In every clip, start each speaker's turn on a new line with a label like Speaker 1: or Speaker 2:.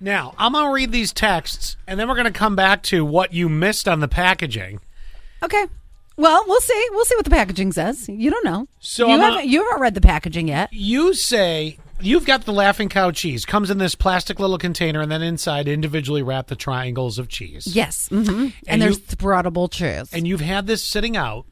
Speaker 1: Now, I'm going to read these texts, and then we're going to come back to what you missed on the packaging.
Speaker 2: Okay. Well, we'll see. We'll see what the packaging says. You don't know.
Speaker 1: So
Speaker 2: you
Speaker 1: I'm
Speaker 2: haven't
Speaker 1: a-
Speaker 2: you haven't read the packaging yet.
Speaker 1: You say you've got the Laughing Cow cheese. Comes in this plastic little container, and then inside, individually wrap the triangles of cheese.
Speaker 2: Yes. hmm And,
Speaker 1: And
Speaker 2: there's
Speaker 1: you-
Speaker 2: throttable cheese.
Speaker 1: and you've had this sitting out.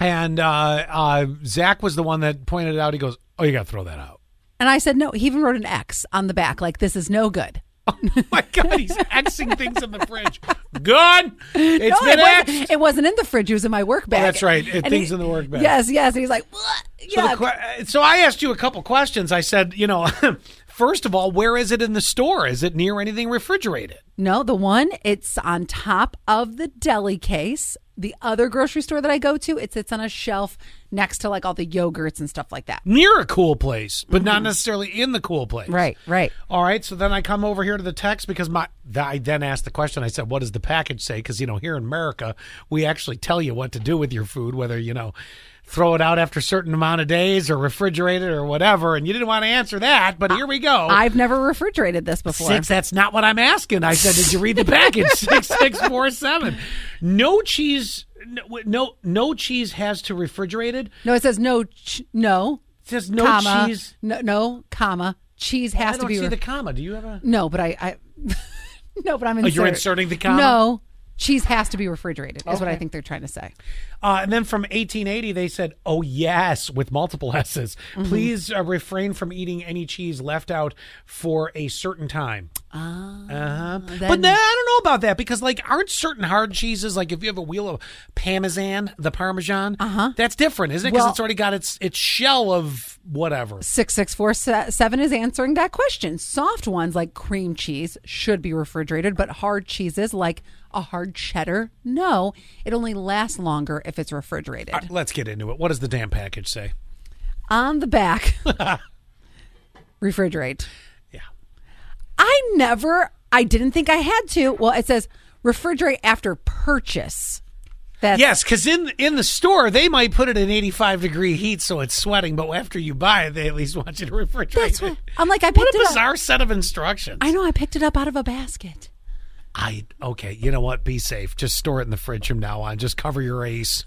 Speaker 1: And uh, uh, Zach was the one that pointed it out. He goes, "Oh, you got to throw that out."
Speaker 2: And I said, no, he even wrote an X on the back, like, this is no good.
Speaker 1: Oh my God, he's xing things in the fridge. Good. It's
Speaker 2: no,
Speaker 1: been xed.
Speaker 2: it, wasn't, it wasn't in the fridge. It was in my work bag.
Speaker 1: that's right. It-
Speaker 2: And
Speaker 1: things in the work bag.
Speaker 2: Yes, yes. And he's like, what?
Speaker 1: So,
Speaker 2: Yuck."
Speaker 1: the que- uh, so I asked you a couple questions. I said, you know, first of all, where is it in the store? Is it near anything refrigerated?
Speaker 2: no, the one, it's on top of the deli case. The other grocery store that I go to, it sits on a shelf next to like all the yogurts and stuff like that.
Speaker 1: Near a cool place, but not necessarily in the cool place.
Speaker 2: Right, right.
Speaker 1: All right, so then I come over here to the text because my th- I then asked the question. I said, "What does the package say?" Because you know, here in America, we actually tell you what to do with your food, whether you know, throw it out after a certain amount of days or refrigerate it or whatever. And you didn't want to answer that, but here we go.
Speaker 2: I've never refrigerated this before.
Speaker 1: Six, that's not what I'm asking. I said, did you read the package? six, six, four, seven. No cheese. No, no, no cheese has to refrigerate it. It
Speaker 2: No, it says no, ch- no,
Speaker 1: says no
Speaker 2: comma,
Speaker 1: cheese.
Speaker 2: no, no, comma. Cheese
Speaker 1: I
Speaker 2: has to
Speaker 1: don't
Speaker 2: be.
Speaker 1: see
Speaker 2: re-
Speaker 1: the comma. Do you have a?
Speaker 2: No, but I, I no, but I'm inserting.
Speaker 1: Oh, you're inserting the comma?
Speaker 2: No, cheese has to be refrigerated. Is what I
Speaker 1: Okay.
Speaker 2: think they're trying to say.
Speaker 1: Uh, and then from 1880, they said, oh, yes, with multiple S's.
Speaker 2: Mm-hmm.
Speaker 1: Please uh, refrain from eating any cheese left out for a certain time. Uh-huh. but
Speaker 2: Ah, then-
Speaker 1: then, I don't know about that because, like, aren't certain hard cheeses, like if you have a wheel of Parmesan, the Parmesan, uh-huh. that's different, isn't it? Because
Speaker 2: Well-
Speaker 1: it's already got its, its shell of whatever.
Speaker 2: Six six four seven is answering that question. Soft ones like cream cheese should be refrigerated, but hard cheeses like a hard cheddar, no, it only lasts longer if it's refrigerated.
Speaker 1: Let's get into it. What does the damn package say?
Speaker 2: On the back, refrigerate.
Speaker 1: Yeah.
Speaker 2: I never, I didn't think I had to. Well, it says refrigerate after purchase. That's
Speaker 1: Yes, because in in the store they might put it in eighty five degree heat, so it's sweating. But after you buy it, they at least want you to refrigerate.
Speaker 2: That's
Speaker 1: it.
Speaker 2: what I'm like. I picked
Speaker 1: What a
Speaker 2: it up.
Speaker 1: bizarre set of instructions.
Speaker 2: I know. I picked it up out of a basket.
Speaker 1: I okay. You know what? Be safe. Just store it in the fridge from now on. Just cover your ace.